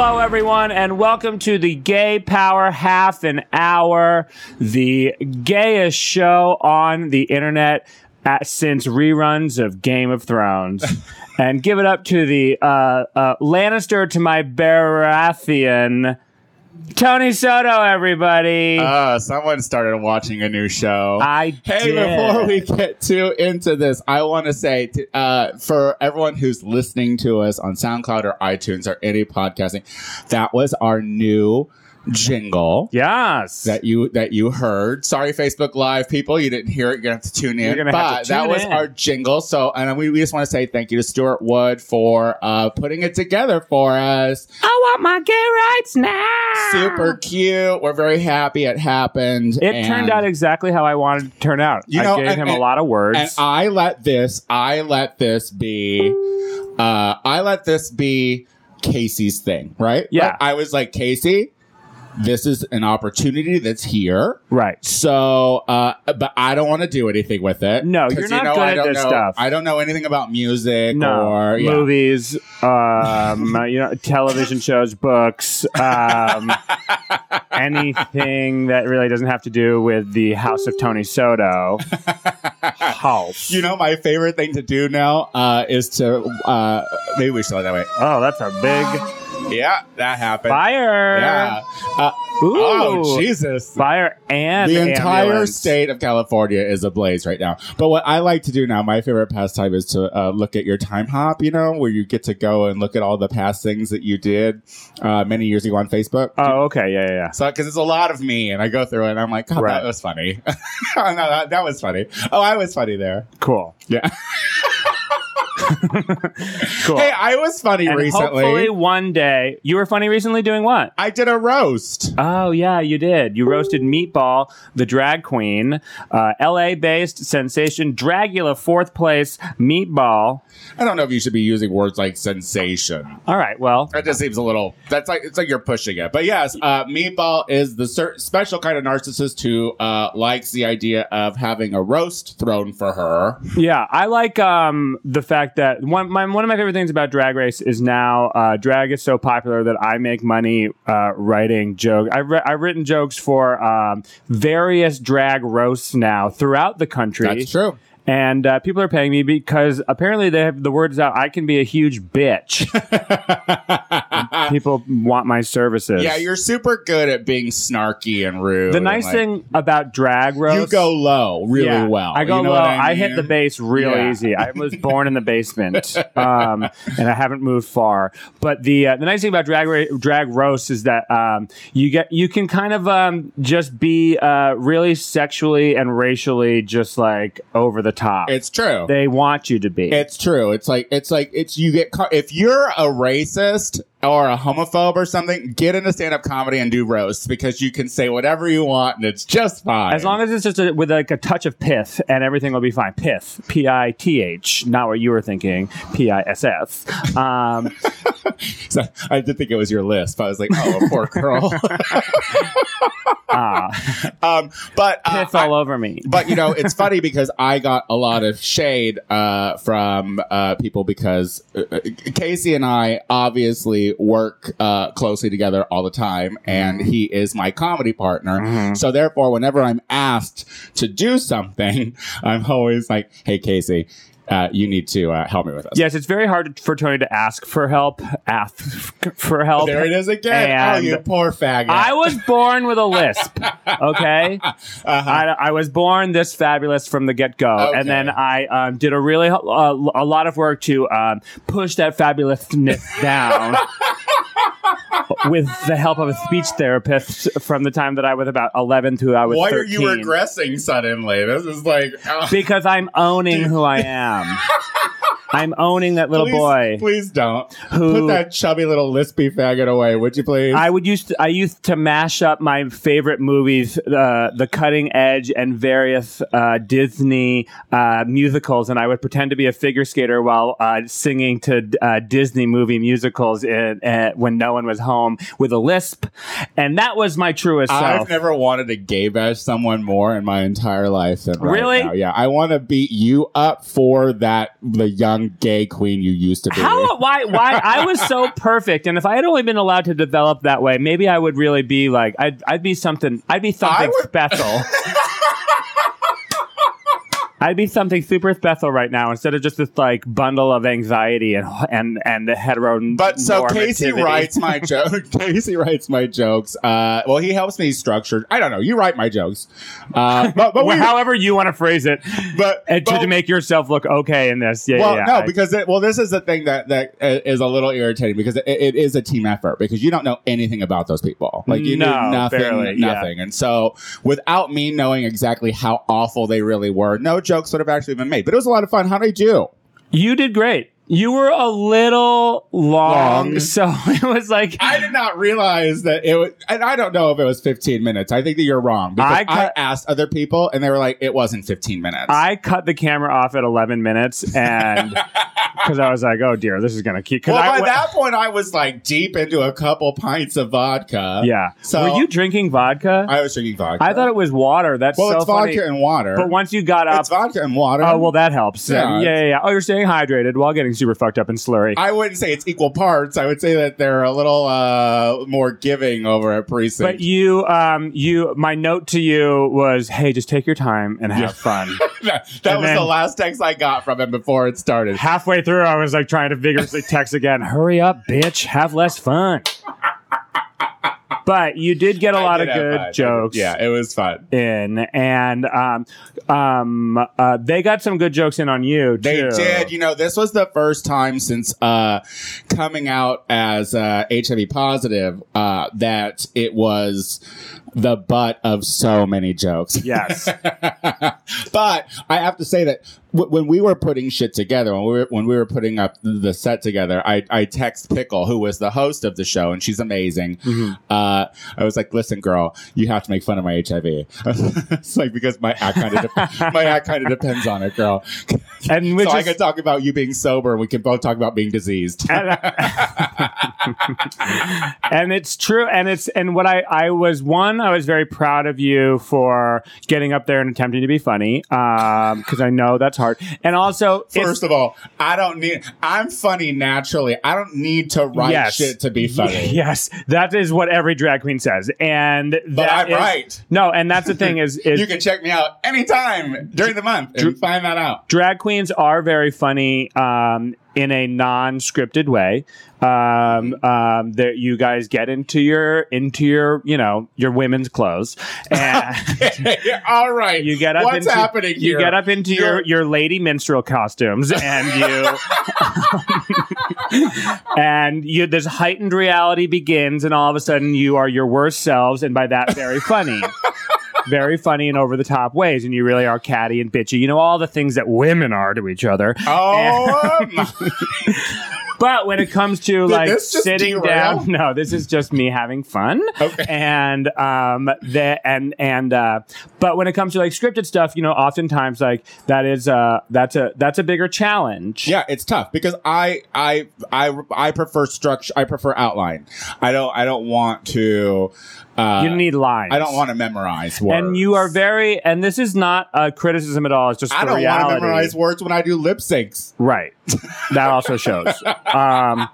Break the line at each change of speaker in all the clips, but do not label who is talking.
everyone, and welcome to the Gay Power Half an Hour, the gayest show on the internet at, since reruns of Game of Thrones. and give it up to the uh, uh, Lannister to my Baratheon, Tony Soto, everybody.
Uh, someone started watching a new show.
I
Hey,
did.
before we get too into this, I want to say t- uh, for everyone who's listening to us on SoundCloud or iTunes or any podcasting, that was our new jingle
Yes.
that you that you heard. Sorry, Facebook Live people, you didn't hear it. You're gonna have to tune in.
You're gonna
but
have to
that
tune
was
in.
our jingle. So, and we, we just want to say thank you to Stuart Wood for uh, putting it together for us.
I want my gay rights now.
Super cute. We're very happy it happened.
It turned out exactly how I wanted it to turn out.
You
I
know,
gave
and-
him a
and-
lot of words.
And I let this, I let this be, uh, I let this be Casey's thing, right?
Yeah.
I was like, Casey, this is an opportunity that's here.
right.
So, uh, but I don't want to do anything with it.
No,
'Cause,
you're not good
I
at
don't
this
know,
stuff.
I don't know anything about music
No
or yeah.
movies, um, you know, television shows, books, um, anything that really doesn't have to do with the House of Tony Soto. House.
You know, my favorite thing to do now uh, is to uh, maybe we should let that way.
oh, that's a big
Yeah, that happened.
fire.
Yeah. Uh,
Ooh,
oh Jesus!
Fire and
the entire
ambulance.
state of California is ablaze right now. But what I like to do now, my favorite pastime is to uh, look at your time hop, you know, where you get to go and look at all the past things that you did uh, many years ago on Facebook.
Oh, okay. Yeah, yeah, yeah.
So, because it's a lot of me, and I go through it, and I'm like, God,
Right.
that was funny. oh, no, that, that was funny. Oh, I was funny there.
Cool.
Yeah.
Cool.
Hey, I was funny
and
recently.
hopefully one day you were funny recently doing what?
I did a roast.
Oh yeah, you did. You roasted Meatball, the drag queen, uh, L.A.-based sensation, Dragula, fourth place, Meatball.
I don't know if you should be using words like sensation.
All right, well,
That just seems a little. That's like it's like you're pushing it. But yes, uh, Meatball is the cer- special kind of narcissist who uh, likes the idea of having a roast thrown for her.
yeah, I like um, the fact that one my, one of my favorite things about Drag Race is now uh, drag is so popular that I make money uh, writing jokes. I've, re- I've written jokes for um, various drag roasts now throughout the country.
That's true.
and uh, people are paying me because apparently they have the word is out. I can be a huge bitch. people want my services.
Yeah, you're super good at being snarky and rude.
the nice
and, like,
thing about drag roasts.
you go low really
Yeah,
well.
I go
You know
low.
what
I, hit
mean?
the base real
Yeah.
easy. I was born in the basement, um, and I haven't moved far. But the uh, the nice thing about drag ra- drag roasts is that um, you get you can kind of um, just be uh, really sexually and racially just like over the top.
It's true.
they want you to be.
It's true. It's like it's like it's you get ca- if you're a racist or a homophobe or something, get into stand up comedy and do roasts because you can say whatever you want and it's just fine.
As long as it's just a, with like a touch of pith, and everything will be fine. Pith, P I T H, not what you were thinking, P I S S. Um,
So, I did think it was your list, but I was like, oh, poor girl.
ah,
um, but uh,
pith all over me.
but you know, it's funny because I got a lot of shade uh, from uh, people because uh, uh, Casey and I obviously work uh, closely together all the time, and
Mm-hmm.
he is my comedy partner. So therefore, whenever I'm asked to do something, I'm always like, "Hey, Casey." Uh, you need to uh, help me with this.
Yes, it's very hard for Tony to ask for help. Ask for help.
There it is again. oh,
And-
you poor faggot.
I was born with a lisp. Okay, I, I was born this fabulous from the get go,
Uh-huh. Okay.
and then I um, did a really uh, a lot of work to um, push that fabulousness down. With the help of a speech therapist from the time that I was about 11 to I was
Why
13.
are you regressing suddenly? This is like. oh.
Because I'm owning who I am. I'm owning that little
please,
boy.
Please don't.
Who-
Put that chubby little lispy faggot away, would you please?
I would used to, I used to mash up my favorite movies, uh, the cutting edge and various uh, Disney uh, musicals, and I would pretend to be a figure skater while uh, singing to uh, Disney movie musicals in, uh, when no one was home with a lisp, and that was my truest
I've
self.
never wanted to gay bash someone more in my entire life than right
Really?
now. Yeah, I want to beat you up for that the young young gay queen you used to be.
How? Why? Why? I was so perfect, and if I had only been allowed to develop that way, maybe I would really be like I'd I'd be something. I'd be something
would-
special. I'd be something super special right now instead of just this like bundle of anxiety and and and the hetero.
But so Casey writes my joke. Casey writes my jokes. Uh, well, he helps me structure. I don't know. You write my jokes, uh, but but we,
however you want to phrase it,
but,
and to,
but-
to make yourself look okay in this. Yeah,
well,
yeah.
no,
I-
because it, well, this is the thing that that uh, is a little irritating because it, it is a team effort because you don't know anything about those people, like you
No,
knew nothing,
barely, yeah.
nothing, and so without me knowing exactly how awful they really were, no jokes would have actually been made. But it was a lot of fun. How did you?
you did great. You were a little long,
Long.
so it was like
I did not realize that it was, and I don't know if it was 15 minutes. I think that you're wrong because
I
I,
cut-
asked other people and they were like, it wasn't 15 minutes.
I cut the camera off at 11 minutes and because I was like, oh dear, this is going to keep. 'cause
well,
I
by
wa-
that point, I was like deep into a couple pints of vodka.
yeah.
So-
Were you drinking vodka? I,
I was drinking vodka.
thought it was water. That's
well,
so
it's vodka
funny.
and water.
But once you got up,
it's vodka and water.
oh, well, that helps. Yeah,
Yeah,
yeah, yeah, yeah. Oh, you're staying hydrated while getting super fucked up and slurry.
I wouldn't say it's equal parts. I would say that they're a little uh, more giving over at
but
precinct.
you, um, you, my note to you was, hey, just take your time and have
Yeah.
fun.
that
And
was
then-
the last text I got from him before it started.
Halfway through, I was like trying to vigorously text again, hurry up, bitch, have less fun. But you did get a
I
lot of
did have
good
fun. I did-
jokes.
Yeah, it was fun.
in, and um, um, uh, they got some good jokes in on you.
They
too.
did. You know, this was the first time since uh, coming out as uh, HIV positive uh, that it was the butt of so many jokes.
Yes.
but I have to say that w- when we were putting shit together, when we were, when we were putting up the set together, I, I text Pickle, who was the host of the show, and she's amazing.
Mm-hmm.
Uh, I was like, "Listen, girl, you have to make fun of my HIV." it's like because my act kind of de- my act kind of depends on it, girl.
And which
so I
is-
can talk about you being sober, and we can both talk about being diseased.
and, and it's true and it's and what i i was one i was very proud of you for getting up there and attempting to be funny um because i know that's hard and also it's-
First of all, I don't need. I'm funny naturally. I don't need to write
Yes.
shit to be funny.
yes that is what every drag queen says and
But
that
I'm
is-
right.
no and that's the thing is is
You can check me out anytime during the month and find that out.
drag queens are very funny um, in a non-scripted way. Um, um, that you guys get into your into your you know your women's clothes, and
all right.
you get up.
What's
into,
happening
You
here?
get up into your
You're-
your lady minstrel costumes, and you. and you this heightened reality begins and all of a sudden you are your worst selves and by that very funny very funny and over the top ways and you really are catty and bitchy you know all the things that women are to each other
Oh, my-
but when it comes to
Did
like
this just
sitting
derail?
down, no, this is just me having fun.
Okay.
And um, the and and uh, but when it comes to like scripted stuff, you know, oftentimes like that is uh that's a that's a bigger challenge.
yeah, it's tough because I I I I prefer structure. I prefer outline. I don't I don't want to. Uh,
You need lines.
I don't want to memorize words.
And you are very, and this is not a criticism at all. It's just
I
the
don't want
reality.
to memorize words when I do lip syncs.
Right. That also shows. Um,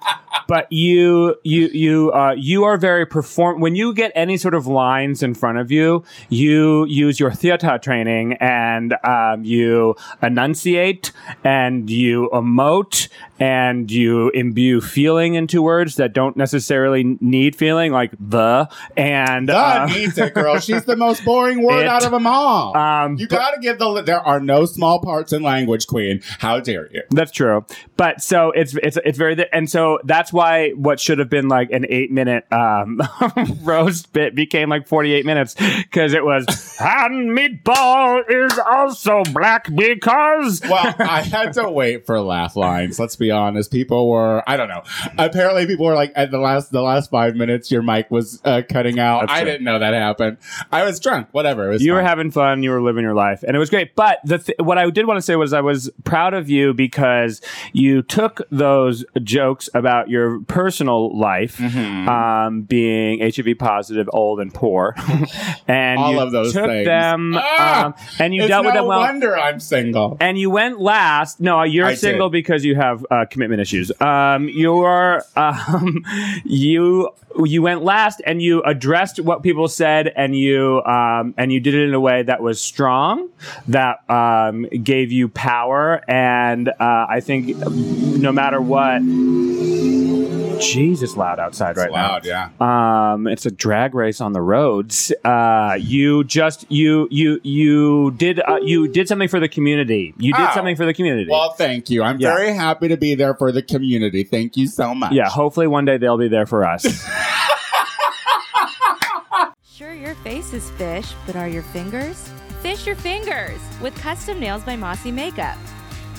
but you, you, you, uh, you are very perform. When you get any sort of lines in front of you, you use your theater training and um, you enunciate and you emote and you imbue feeling into words that don't necessarily need feeling, like the and
Duh,
uh,
needs it, girl. She's the most boring word
It-
out of them all.
um,
you gotta give the. There are no small parts in language, queen. How dare you?
That's true, but so it's it's it's very and so that's why what should have been like an eight minute um, roast bit became like forty eight minutes because it was and meatball is also black because
Well, I had to wait for laugh lines. Let's be honest. People were. I don't know. Apparently, people were like at the last the last five minutes, your mic was uh, cutting out.
That's
I
true.
didn't know that happened. I was drunk. Whatever. It was
you were
fine.
having fun, you were living your life, and it was great. But the th- what I did want to say was I was proud of you because you took those jokes about your personal life
Mm-hmm.
um, being HIV positive, old, and poor, and
All
you
of those
took
things.
them,
Ah!
um, and you
it's
dealt
no
with them well.
wonder I'm single.
And you went last. No, you're
I
single
did.
because you have uh, commitment issues. Um, you're um, you you went last, and you addressed what people said, and you um, and you did it in a way that was strong, that um, gave you power, and uh, I think no matter what. Jesus, loud outside right now
Loud, yeah.
um, it's a drag race on the roads. Uh, you just you you you did uh, you did something for the community. You did
Oh.
something for the community.
Well, thank you. I'm
Yeah.
very happy to be there for the community. Thank you so much.
yeah, hopefully one day they'll be there for us.
Sure, your face is fish, but are your fingers? Fish your fingers with custom nails by Mossy Makeup.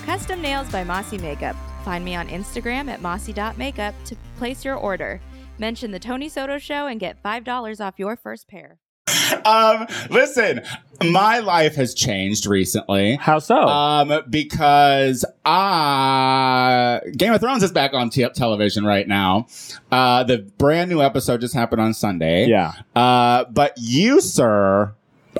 Custom nails by Mossy Makeup. Find me on Instagram at mossy.makeup to place your order. Mention the Tony Soto Show and get $5 off your first pair.
Um, listen, my life has changed recently.
How so?
Um, because uh, Game of Thrones is back on t- television right now. Uh, the brand new episode just happened on Sunday.
yeah,
Uh, but you, sir,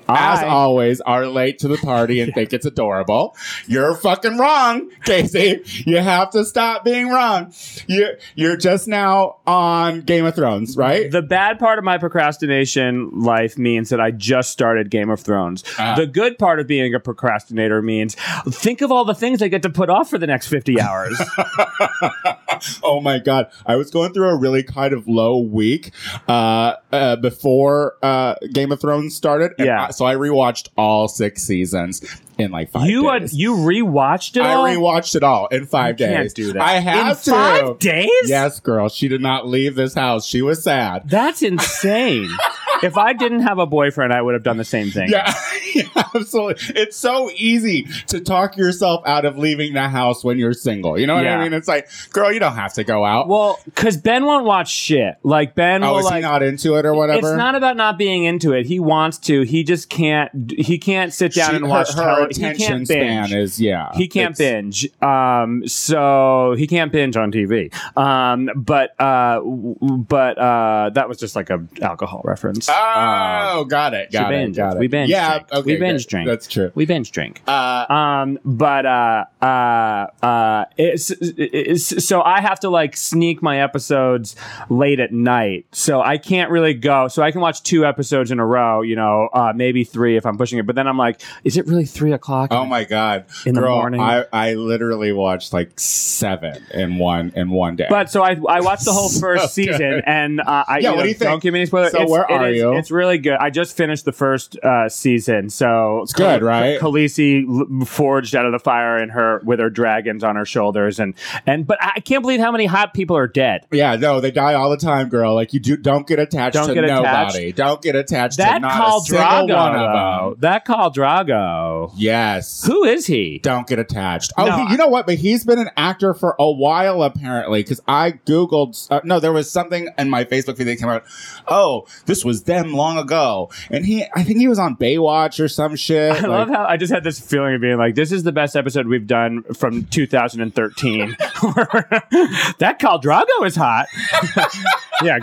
as
I-
always, are late to the party and think it's adorable. You're fucking wrong, Casey. You have to stop being wrong. You you're just now on Game of Thrones, right?
the bad part of my procrastination life means that I just started Game of Thrones.
Ah.
The good part of being a procrastinator means think of all the things I get to put off for the next fifty hours.
oh my god i was going through a really kind of low week uh, uh before uh game of thrones started and
Yeah.
I- so i rewatched all six seasons in like five
you uh,
days
you rewatched it
i
all.
rewatched it all in five
You
days
can't do that.
i have
In
to
five days.
yes girl she did not leave this house she was sad
That's insane. if I didn't have a boyfriend, I would have done the same thing.
yeah, yeah, absolutely. It's so easy to talk yourself out of leaving the house when you're single. You know what
Yeah.
I mean? It's like, girl, you don't have to go out.
Well, because Ben won't watch shit. Like Ben
oh,
will
is he
like.
not into it or whatever?
It's not about not being into it. He wants to. He just can't. He can't sit down
She-
and watch.
her,
tele-
her
he can't
attention
binge.
span is yeah.
he can't
It's-
binge um so he can't binge on tv um but uh w- but uh that was just like a alcohol reference Uh,
Oh, got it. Got
we
it.
binge
Got it.
we binge
Yeah.
drink.
Okay.
we binge
good.
drink
That's true.
we binge drink
Uh,
um but uh uh uh it's, it's so i have to like sneak my episodes late at night so i can't really go so i can watch two episodes in a row you know uh maybe three if i'm pushing it but then i'm like is it really three o'clock
oh my god,
In the
girl!
morning.
I, I literally watched like seven in one in one day.
but so I, I watched the whole first
Okay.
season and uh, I you
Yeah, what
know,
do you think?
don't give me any spoilers.
So
it's,
where
it
are
is-
you?
It's really good. I just finished the first uh, season, so it's
good, right?
Khaleesi l- forged out of the fire in her with her dragons on her shoulders, and and but I can't believe how many hot people are dead.
yeah, no, they die all the time, girl. Like you do, don't get attached
Don't
to
get attached.
nobody. Don't get attached to
That
not
Khal
a single
Drago,
one of
though.
them.
that Khal Drago.
Yes.
Who is he?
Don't get attached. Oh,
No,
he- you know what? But he's been an actor for a while, apparently, because I Googled. Uh, no, there was something in my Facebook feed that came out. Oh, this was them long ago. And he, I think he was on Baywatch or some shit.
I love how I just had this feeling of being like, this is the best episode we've done from 2013. that Khal Drago is hot. yeah,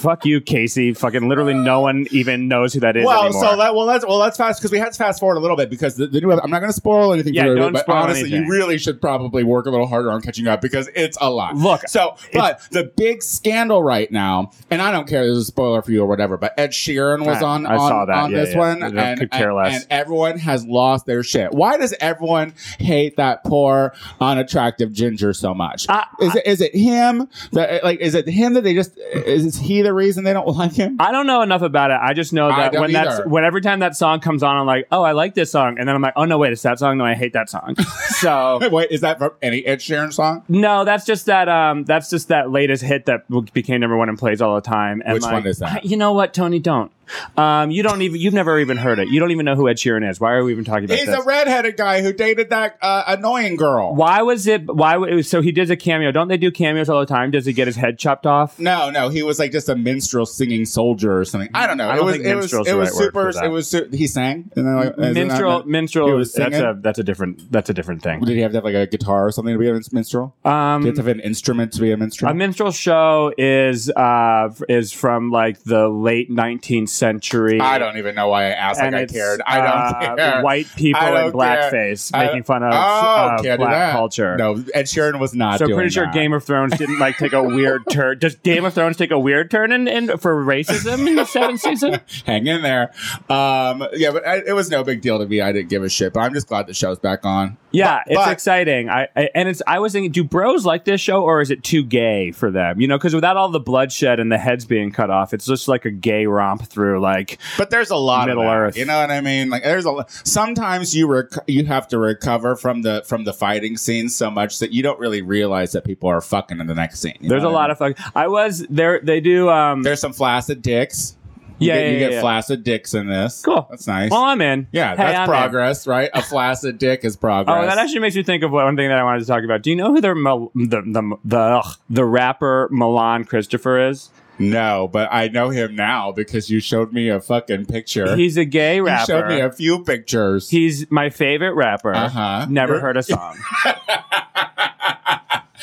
fuck you, Casey. Fucking literally, no one even knows who that is
well,
anymore.
so let, well, let's well, let's fast because we had to fast forward a little bit because the, the new. I'm not going to spoil anything.
Yeah,
for everybody,
don't
but
spoil
honestly,
anything.
you really should probably work a little harder on catching up because it's a lot.
Look,
so but the big scandal right now, and I don't care. There's a spoiler for you or whatever. But Ed Sheeran was
I-
on
I
on,
saw that.
on
Yeah,
this
yeah.
one,
I
and,
could care
and-
less.
and everyone has lost their shit. Why does everyone hate that poor, unattractive ginger so much?
I-
is it is it him? That, like, is it him that they just is he the reason they don't like him?
I don't know enough about it. I just know
I
that
don't
when that's
either.
when every time that song comes on, I'm like, oh, I like this song, and then I'm like, oh no, wait, it's that song. No, I hate that song. So.
Wait, is that from any Ed Sheeran song?
No, that's just that. Um, that's just that latest hit that w- became number one and plays all the time. And
Which
like,
one is that?
I- you know what, Tony? Don't. Um, you don't even you've never even heard it. You don't even know who Ed Sheeran is. Why are we even talking about
He's
this?
a redheaded guy who dated that uh, annoying girl.
why was it? Why wa- so he did a cameo? Don't they do cameos all the time? Does he get his head chopped off?
No, no, he was like just a minstrel singing soldier or something. I don't know.
I don't
it was
think
it was
minstrel's
it
the
was
right word
super.
for that.
It was su- he sang. And then, like, is it not-
minstrel,
he
minstrel.
was
That's
singing?
a that's a different that's a different thing.
Did he have to have like a guitar or something to be a mins- minstrel? Did he have
Um,
to have an instrument to be a minstrel?
a minstrel show is uh f- is from like the late 19th century.
I don't even know why I asked. Like
And
I
it's,
cared. I don't
uh,
care.
White people
I
in
don't care.
blackface
I-
making fun of
Oh,
uh,
can't do
black
that.
culture.
No, Ed Sheeran was not.
So
doing
pretty sure
that.
Game of Thrones didn't like take a weird turn. Does Game of Thrones take a weird turn in, in for racism in the seventh season?
Hang in there. Um, yeah, but I, it was no big deal to me. I didn't give a shit. But I'm just glad the show's back on.
Yeah,
But-
it's
but-
exciting. I, I and it's I was thinking, do bros like this show or is it too gay for them? You know, because without all the bloodshed and the heads being cut off, it's just like a gay romp through like
But there's a lot
Middle
of that,
Earth.
You know what I mean? Like there's a lo- sometimes you rec- you have to recover from the from the fighting scene so much that you don't really realize that people are fucking in the next scene.
there's a lot of fuck. I was there. They do. Um,
there's some flaccid dicks. You
Yeah,
get,
yeah,
you
yeah,
get
yeah.
flaccid dicks in this.
Cool.
that's nice.
well, I'm in.
yeah,
Hey,
that's
I'm in.
progress, right? A flaccid dick is progress.
Oh, that actually makes me think of one thing that I wanted to talk about. Do you know who the Mil- the the the, ugh, the rapper Milan Christopher is?
no, but I know him now because you showed me a fucking picture.
He's a gay
You showed
rapper.
me a few pictures.
He's my favorite rapper.
Uh-huh.
Never
You're-
heard a song.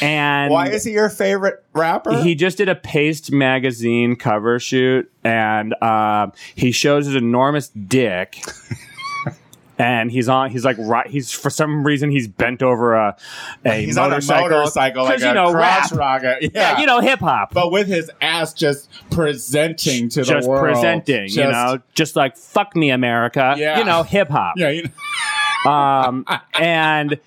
and
Why is he your favorite rapper?
he just did a Paste magazine cover shoot, and um, he shows his enormous dick. And he's on. He's like right. He's for some reason he's bent over a a
He's
motorcycle.
on a motorcycle, like
'Cause, you
a
know,
crotch
rap.
rocket. Yeah.
Yeah, you know hip hop.
but with his ass just presenting to
just
the world,
presenting, you
Just-
know, just like fuck me, America,
Yeah.
you know, hip hop.
Yeah, you know,
Um, and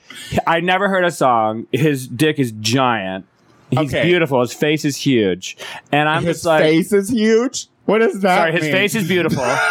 I never heard a song. His dick is giant. He's
Okay.
beautiful. His face is huge, and I'm
his
just like,
face is huge. What does that?
sorry, his
mean?
face is beautiful.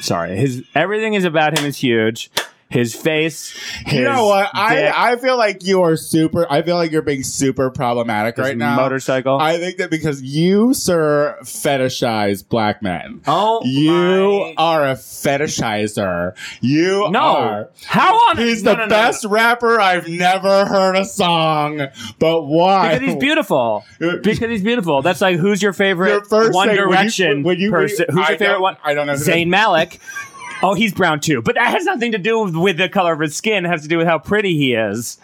sorry, his everything is about him is huge. His face, his
You know what?
dick,
I I feel like you are super. I feel like you're being super problematic
his
right now.
motorcycle.
I think that because you, sir, fetishize black men.
oh,
You
my-
are a fetishizer. You
no.
are.
How on
He's
no,
the
no, no, no,
best rapper I've never heard a song. But why?
Because he's beautiful. Because he's beautiful. That's like who's your favorite
Your first
One
thing, when you-
Direction
when you- when you-
person? who's
I
your favorite
don't-
one?
I don't know who that-
Zayn Malik. Oh, he's brown too, but that has nothing to do with the color of his skin. It has to do with how pretty he is.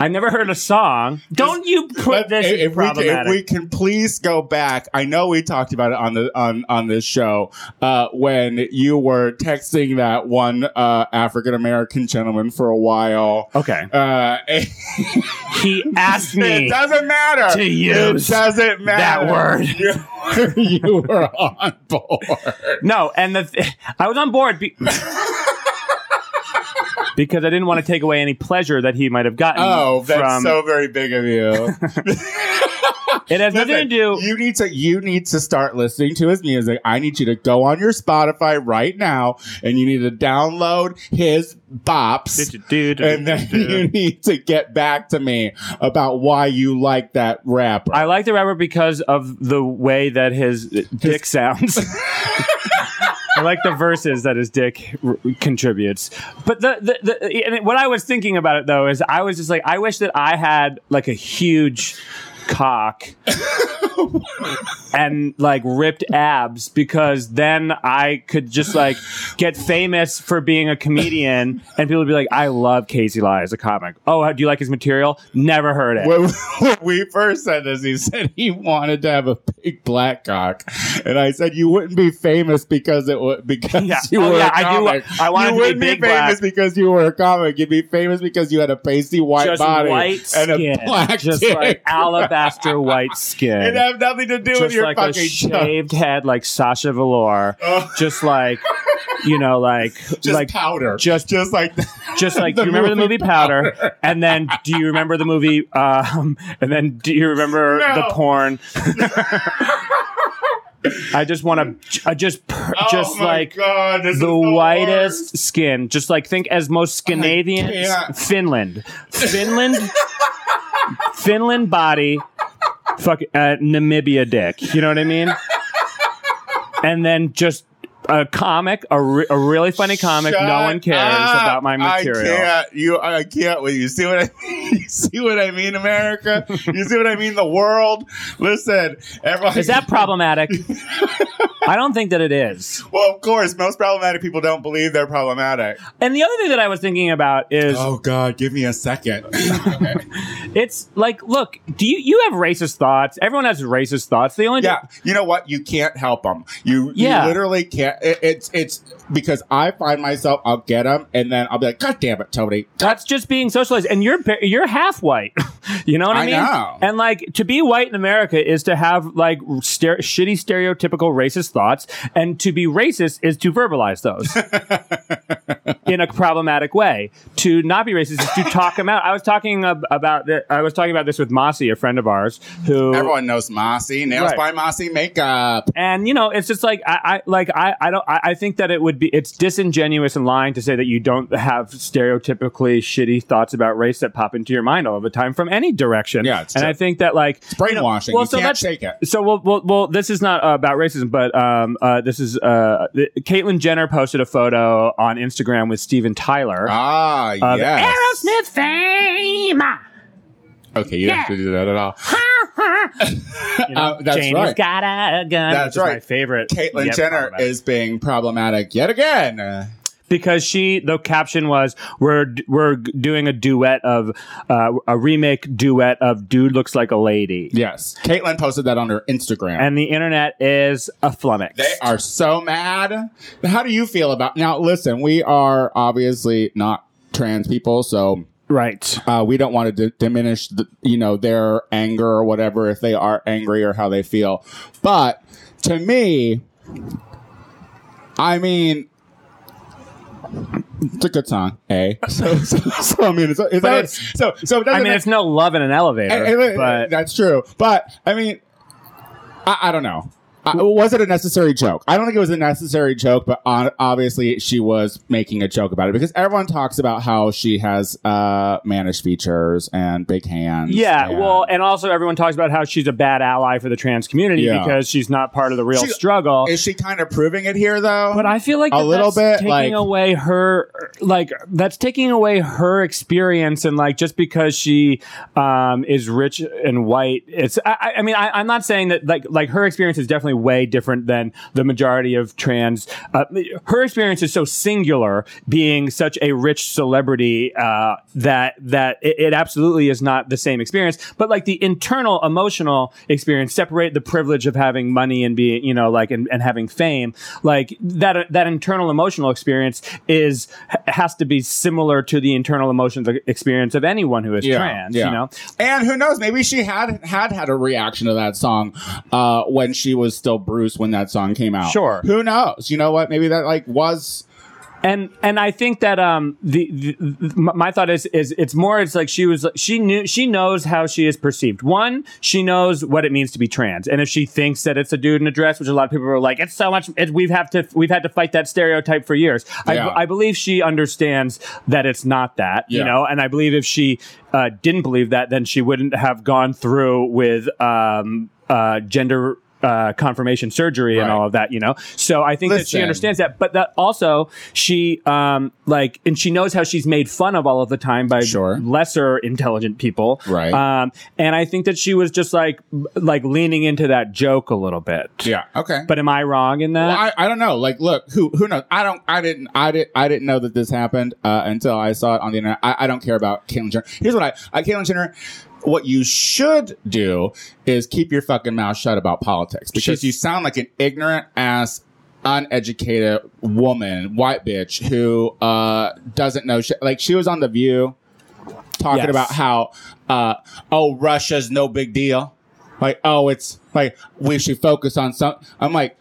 I've never heard a song. Don't you put
Let-
this as
if, if we can, if
problematic?
we can please go back, I know we talked about it on the on on this show uh, when you were texting that one uh, African American gentleman for a while.
okay,
Uh, it,
he asked
it
me.
doesn't matter
To use
It doesn't matter
word.
You, you were on board.
No, and the th- I was on board be- because I didn't want to take away any pleasure that he might have gotten.
Oh, that's
from
so very big of you.
it has nothing to
Listen,
do.
You need to you need to start listening to his music. I need you to go on your Spotify right now and you need to download his bops. And then you need to get back to me about why you like that rapper.
I like the rapper because of the way that his dick sounds. I like the verses that his dick r- contributes. But the, the, the and it- what I was thinking about it though is I was just like I wish that I had like a huge cock and like ripped abs because then I could just like get famous for being a comedian and people would be like I love Casey Lai as a comic. Oh, do you like his material? Never heard it.
when, when we first said this, he said he wanted to have a big black cock, and I said you wouldn't be famous because it would because
Yeah.
you
Oh,
were
yeah,
a
I do-
comic.
I wanted
you
to be
wouldn't
big
be famous because you were a comic. You'd be famous because you had a pasty white
just
body
white
and
skin,
a black
just
dick.
like alabaster white skin,
It have nothing to do with
just
your
like a
fucking junk.
shaved head, like Sasha Velour,
Oh.
just like you know, like
Just
like
powder.
just-
just like that.
just like
the
you remember the
movie
movie Powder, and then do you remember the movie? Um, and then do you remember
No.
the porn? I just want to, I just, per, just
oh my
like.
God, this is
the
worst.
whitest skin. Just like think as
Oh
most Scandinavian,
can't.
Finland, Finland, Finland body, fuck uh, Namibia dick. You know what I mean? and then just a comic, a, re- a really funny comic.
Shut
no one cares
up.
about my material.
I can't. You, I can't. Wait, you see what I? You see what I mean, America? you see what I mean, the world? Listen, everyone.
Is that problematic? I don't think that it is.
well, of course, most problematic people don't believe they're problematic.
And the other thing that I was thinking about is
Oh God, give me a second.
it's like, look, do you you have racist thoughts? Everyone has racist thoughts. The only
yeah, you know what? You can't help them. You,
Yeah.
you literally can't. It, it's it's because I find myself. I'll get them, and then I'll be like, God damn it, Tony.
That's just being socialized, and you're ba- you're half white. you know what I,
I
mean?
know.
And like to be white in America is to have like stere- shitty stereotypical racist thoughts, and to be racist is to verbalize those in a problematic way. To not be racist is to talk them out. I was talking ab- about th- I was talking about this with Mossy, a friend of ours, who
Everyone knows Mossy nails
Right.
by Mossy makeup.
and you know it's just like i, I like i i don't I, I think that it would be it's disingenuous and lying to say that you don't have stereotypically shitty thoughts about race that pop into your mind all the time from any direction
Yeah, it's
and
true.
i think that like it's
Brainwashing. You, can't shake it.
so well, well, well, this is not uh, about racism, but um, uh, this is uh, the, Caitlyn Jenner posted a photo on Instagram with Steven Tyler
Ah,
of
yes.
Uh, Aerosmith fame.
Okay, you didn't have to do that at all.
You know,
Uh, that's
Janie's
right.
got a gun.
That's
which is my
right.
favorite.
Caitlyn
Yep,
Jenner
problematic.
is being problematic yet again. Uh,
because she the caption was we're we're doing a duet of uh, a remake duet of dude looks like a lady
yes, Caitlyn posted that on her Instagram.
and the internet is a flummox
they are so mad. How do you feel about now? Listen, we are obviously not trans people, so
right
uh, we don't want to d- diminish, the, you know, their anger or whatever if they are angry or how they feel. But to me, I mean, it's a good song, eh? So, so, so I mean, it's, it's,
But it's-
so so it doesn't
i mean
make-
it's no love in an elevator
Eh, eh, eh,
but
that's true. But I mean, I, I don't know. I, was it a necessary joke? I don't think it was a necessary joke, but on, obviously she was making a joke about it because everyone talks about how she has uh, mannish features and big hands.
yeah,
and-
well, and also everyone talks about how she's a bad ally for the trans community
Yeah.
because she's not part of the real
She-
struggle.
is she kind of proving it here though?
But I feel like
A
that
little
that's
bit,
taking
like-
away her like that's taking away her experience and like just because she um, is rich and white, it's I, I- I mean I, I'm not saying that like like her experience is definitely way different than the majority of trans. Uh, her experience is so singular, being such a rich celebrity uh, that that it, it absolutely is not the same experience. But like the internal emotional experience, separate the privilege of having money and being you know like and, and having fame like that that internal emotional experience is has to be similar to the internal emotions experience of anyone who is
Yeah,
trans
yeah.
you know
And who knows? Maybe she had had had a reaction to that song uh, when she was still Bruce when that song came out.
Sure.
Who knows? You know what? Maybe that like was
and and I think that um the, the, the- my my thought is is it's more it's like she was she knew she knows how she is perceived. One, she knows what it means to be trans, and if she thinks that it's a dude in a dress, which a lot of people are like, it's so much. It, we've have to we've had to fight that stereotype for years.
Yeah.
I, I believe she understands that it's not that you
Yeah.
know, and I believe if she uh, didn't believe that, then she wouldn't have gone through with um uh gender. Uh, confirmation surgery and
Right.
all of that, you know. So I think that she
Listen.
understands understands that, but that also she um like and she knows how she's made fun of all of the time by
Sure.
lesser intelligent people,
Right.
Um, and I think that she was just like like leaning into that joke a little bit.
yeah okay.
But am I wrong in
Well,
that?
I, I don't know. Like, look, who who knows? I don't. I didn't. I did. I didn't know that this happened uh, until I saw it on the internet. I, I don't care about Caitlyn Jenner. Here's what I. I Caitlyn Jenner. What you should do is keep your fucking mouth shut about politics because
She's-
you sound like an ignorant ass. Uneducated woman, white bitch who uh doesn't know shit. Like she was on the View talking
Yes.
about how uh oh Russia's no big deal. Like oh it's like we should focus on some. I'm like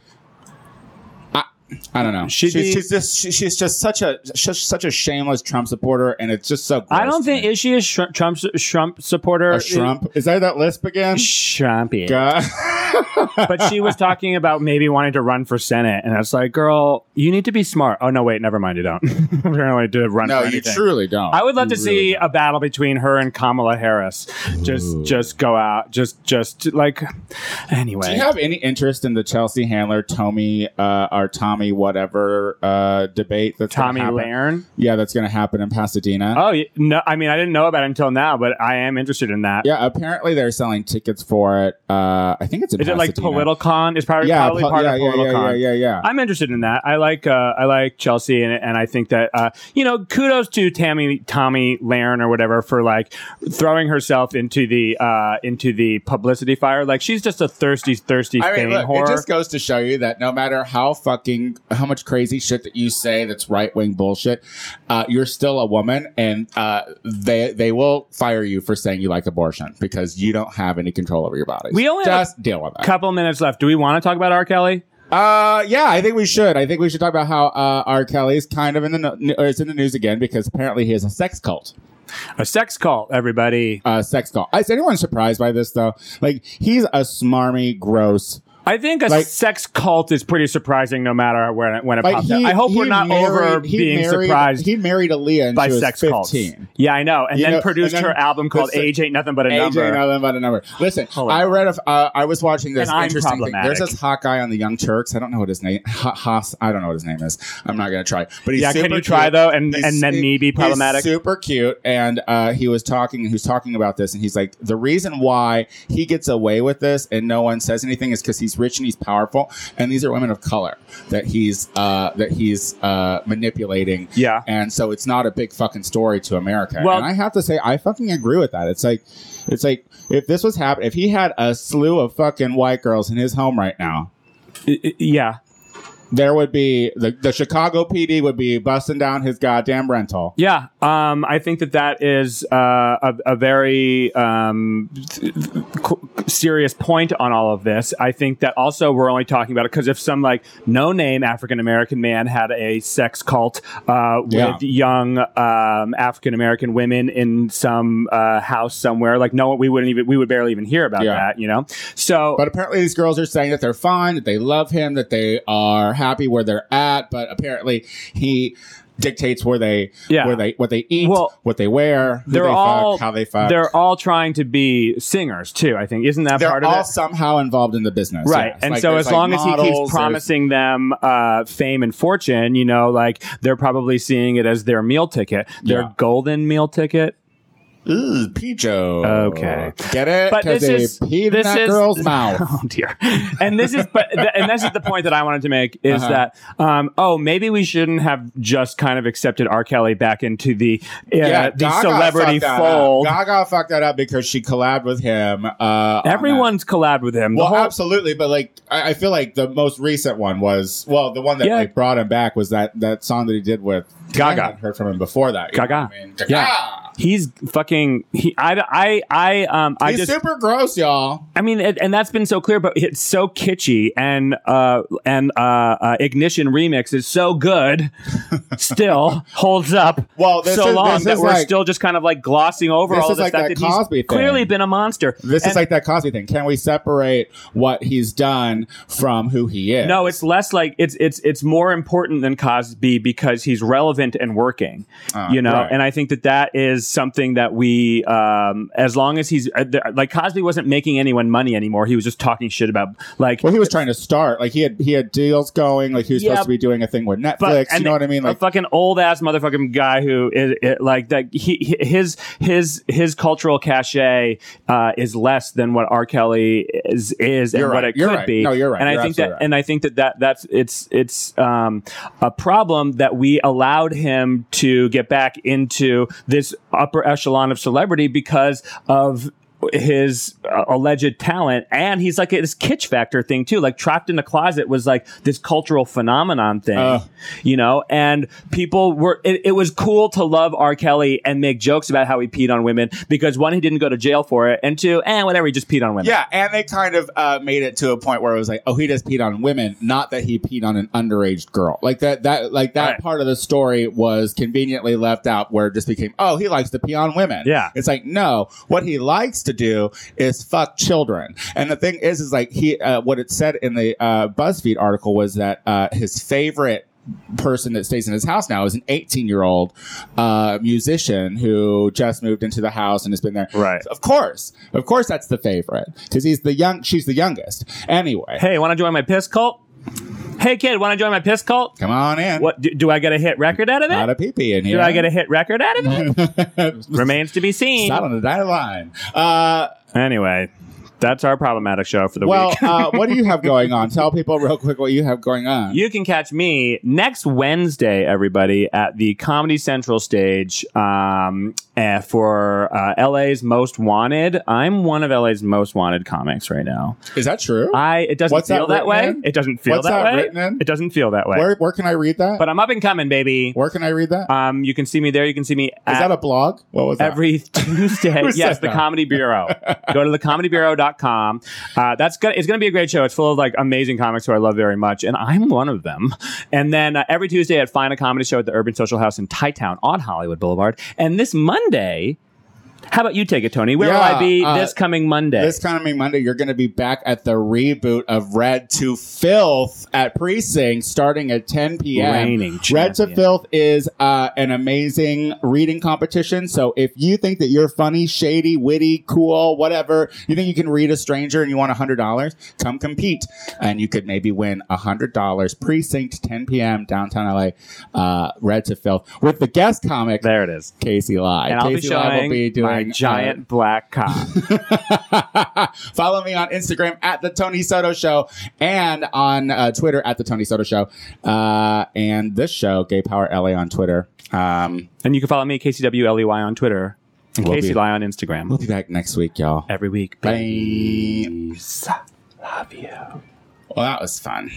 I don't know.
She'd
She's,
be-
she's just she- she's just such a she's such a shameless Trump supporter, and it's just so. Gross
I don't
to
think
me.
is she a Shr- Trump Trump supporter?
a Trump. Is that that lisp again?
Trumpy.
God.
but she was talking about maybe wanting to run for Senate. And I was like, girl, you need to be smart. Oh, no, wait, never mind. You don't. Apparently, to run
no,
for
you
anything.
truly don't.
I would love
You
to
really
see a battle between her and Kamala Harris. Just,
Ooh.
just go out. Just, just like. Anyway,
Do you have any interest in the Chelsea Handler, Tommy, uh, or Tommy, whatever uh, debate that's gonna
Tommy
happen-
Lairn.
Yeah, that's going to happen in Pasadena.
Oh y- no, I mean I didn't know about it until now, but I am interested in that.
yeah, apparently they're selling tickets for it. Uh, I think it's in
Is it like
Pasadena.
Politicon? It's probably,
Yeah,
probably
pol-
part
yeah,
of
yeah,
Politicon.
yeah, yeah, yeah, yeah.
I'm interested in that. I like uh, I like Chelsea, and, and I think that uh, you know kudos to Tammy Tommy Lahren or whatever for like throwing herself into the uh, into the publicity fire. Like she's just a thirsty, thirsty
I
fame
mean, look,
whore.
it just goes to show you that no matter how fucking how much crazy shit that you say that's right wing bullshit, uh, you're still a woman, and uh, they they will fire you for saying you like abortion because you don't have any control over your body.
We only have a
just deal with it.
Couple minutes left. Do we want to talk about R. Kelly?
Uh, yeah, I think we should. I think we should talk about how uh, R. Kelly's kind of in the no- or it's in the news again because apparently he has a sex cult.
A sex cult, everybody.
Uh, sex cult. Is anyone surprised by this though? Like he's a smarmy, gross.
I think a
Like-
sex cult is pretty surprising, no matter when it, when it
Like
pops up. I hope
he
we're not
married-
over
he
being
married-
surprised
He married Aaliyah and
by
she was
sex cults.
15.
Yeah, I know. And
You
then
know,
produced
and then
her album called
the-
Age Ain't Nothing But a
AJ
Number.
and Ellen by the number. Listen,
Hold on.
I read. A, uh, I was watching this
And I'm
interesting thing.
problematic.
There's this hot guy on the Young Turks. I don't know what his name. Ha- Haas. I don't know what his name is. I'm not gonna try. But he's
yeah, can
super
you try
cute.
though, and
He's-
and then
he-
me be
he's
problematic?
super cute, and uh, he was talking. He was talking about this, and he's like, the reason why he gets away with this and no one says anything is because he's rich and he's powerful, and these are women of color that he's uh, that he's uh, manipulating.
Yeah.
and so it's not a big fucking story to America.
Well-
and I have to say, I fucking agree with that. It's like, it's like if this was happening, if he had a slew of fucking white girls in his home right now.
I- I- Yeah,
There would be the, the Chicago PD would be busting down his goddamn rental.
yeah. Um, I think that that is uh, a, a very um, th- th- qu- serious point on all of this. I think that also we're only talking about it because if some like no name African American man had a sex cult uh, with
Yeah.
young um, African American women in some uh, house somewhere, like no, we wouldn't even we would barely even hear about
Yeah.
that, you know. So
But apparently, these girls are saying that they're fine, that they love him, that they are happy where they're at. But apparently, he dictates where they,
Yeah.
where they, what they eat,
Well,
what they wear, who
they're
they
all
fuck, how they fuck.
They're all trying to be singers too. I think isn't that
uh, They're
part of
all
it?
somehow involved in the business,
Right,
yes.
and
Like,
so as
there's, like,
long as he
models,
keeps
there's-
promising them uh, fame and fortune, you know, like they're probably seeing it as their meal ticket, their
Yeah.
golden meal ticket.
Ooh, Pijo.
Okay.
get it?
But
Because
this
they
is-
peed in
this
that
is-
girl's mouth.
Oh dear. And this is, but th- and this is the point that I wanted to make is
Uh-huh.
that um, oh maybe we shouldn't have just kind of accepted R. Kelly back into the uh, the
Gaga
celebrity
fucked that
fold.
Up. Gaga fucked that up because she collabed with him. Uh, on that.
Everyone's collabed with him. The
Well,
whole-
absolutely, but like I, I feel like the most recent one was well, the one that
Yeah.
like brought him back was that that song that he did with 'cause I
Gaga.
hadn't heard from him before that. you know
Gaga.
what I mean? Gaga.
Yeah. he's fucking. He, I, I, I, um, I
He's
just.
super gross, y'all.
I mean, and, and that's been so clear, but it's so kitschy, and uh, and uh, uh, ignition remix is so good, still holds up.
Well, this
so
is-
long
this
that
is
we're
like-
still just kind of like glossing over
This
all
is
the
like
fact
that
that he's
Cosby thing.
clearly been a monster.
This
And-
is like that Cosby thing. Can we separate what he's done from who he is?
No, it's less like it's it's it's more important than Cosby because he's relevant and working,
Uh,
you know.
right.
And I think that that is something that we, um, as long as he's uh, there- like Cosby wasn't making anyone money anymore. He was just talking shit about like. uh,
Well, he was trying to start. Like he had he had deals going. Like he was
Yeah,
supposed to be doing a thing with Netflix. you
and
know what I mean?
a
Like
fucking old ass motherfucking guy who is it, like that. He his his his cultural cachet uh, is less than what R. Kelly is is and
You're
what
right.
it
You're
could
right.
be.
No, you're right.
And
You're
I think that
absolutely right.
and I think that, that that's it's it's um, a problem that we allowed him to get back into this upper echelon of celebrity because of his uh, alleged talent and he's like this kitsch factor thing too like trapped in the closet was like this cultural phenomenon thing
Uh.
you know and people were it, it was cool to love r kelly and make jokes about how he peed on women because one he didn't go to jail for it and two and eh, whatever he just peed on women
yeah, and they kind of uh, made it to a point where it was like, oh, he just peed on women, not that he peed on an underage girl. Like that that like that
Right.
part of the story was conveniently left out, where it just became, oh, he likes to pee on women.
Yeah.
it's like no, what he likes to do is fuck children. And the thing is, is like he, uh, what it said in the uh, BuzzFeed article was that uh, his favorite person that stays in his house now is an 18 year old uh, musician who just moved into the house and has been there.
Right.
Of course. Of course, that's the favorite because he's the young, she's the youngest. Anyway,
Hey, want to join my piss cult? Hey, kid, want to join my piss cult?
come on in.
What do, do I get a hit record out of
Not
it?
a pee pee in here.
Do I get a hit record out of it?
Not
Remains to be seen.
on the dotted line. Uh,
Anyway, that's our problematic show for the
well,
week.
uh, what do you have going on? Tell people real quick what you have going on.
You can catch me next Wednesday, everybody, at the Comedy Central stage um, eh, for uh, LA's Most Wanted. I'm one of LA's most wanted comics right now.
Is that true?
I it doesn't
What's that
feel that,
written
way.
in?
It doesn't feel
What's
that,
that
way.
written in?
It doesn't feel that way.
where where can I read that?
But I'm up and coming, baby.
where can I read that? Is
Um, you can see me there. You can see me at
that a blog? What was that?
every Tuesday.
Who
yes,
said
the
that?
Comedy Bureau. Go to thecomedybureau.com. Uh, that's gonna, it's going to be a great show. It's full of like amazing comics who I love very much, and I'm one of them. And then uh, every Tuesday at Find a Comedy Show at the Urban Social House in Tie Town on Hollywood Boulevard. And this Monday, how about you take it, Tony? Where will
Yeah,
I be
uh,
this coming Monday?
This coming Monday, you're going to be back at the reboot of Red to Filth at Precinct starting at 10 p.m.
Reigning
Red to
champion.
Filth is uh, an amazing reading competition. So if you think that you're funny, shady, witty, cool, whatever, you think you can read a stranger and you want $100, come compete. And you could maybe win $100. Precinct, 10 p.m., downtown LA, uh, Red to Filth with the guest comic.
there it is.
Casey Live.
And I'll be
Casey Live
showing
will be doing
my
uh,
giant black cock.
Follow me on Instagram at the Tony Soto Show and on uh, Twitter at the Tony Soto Show. Uh, and this show, Gay Power LA, on Twitter. Um,
and you can follow me, KCWLEY, E on Twitter and
Will be.
Casey Lie E on Instagram
we'll be back next week, y'all.
every week.
Bye.
Peace. Love you.
Well, that was fun.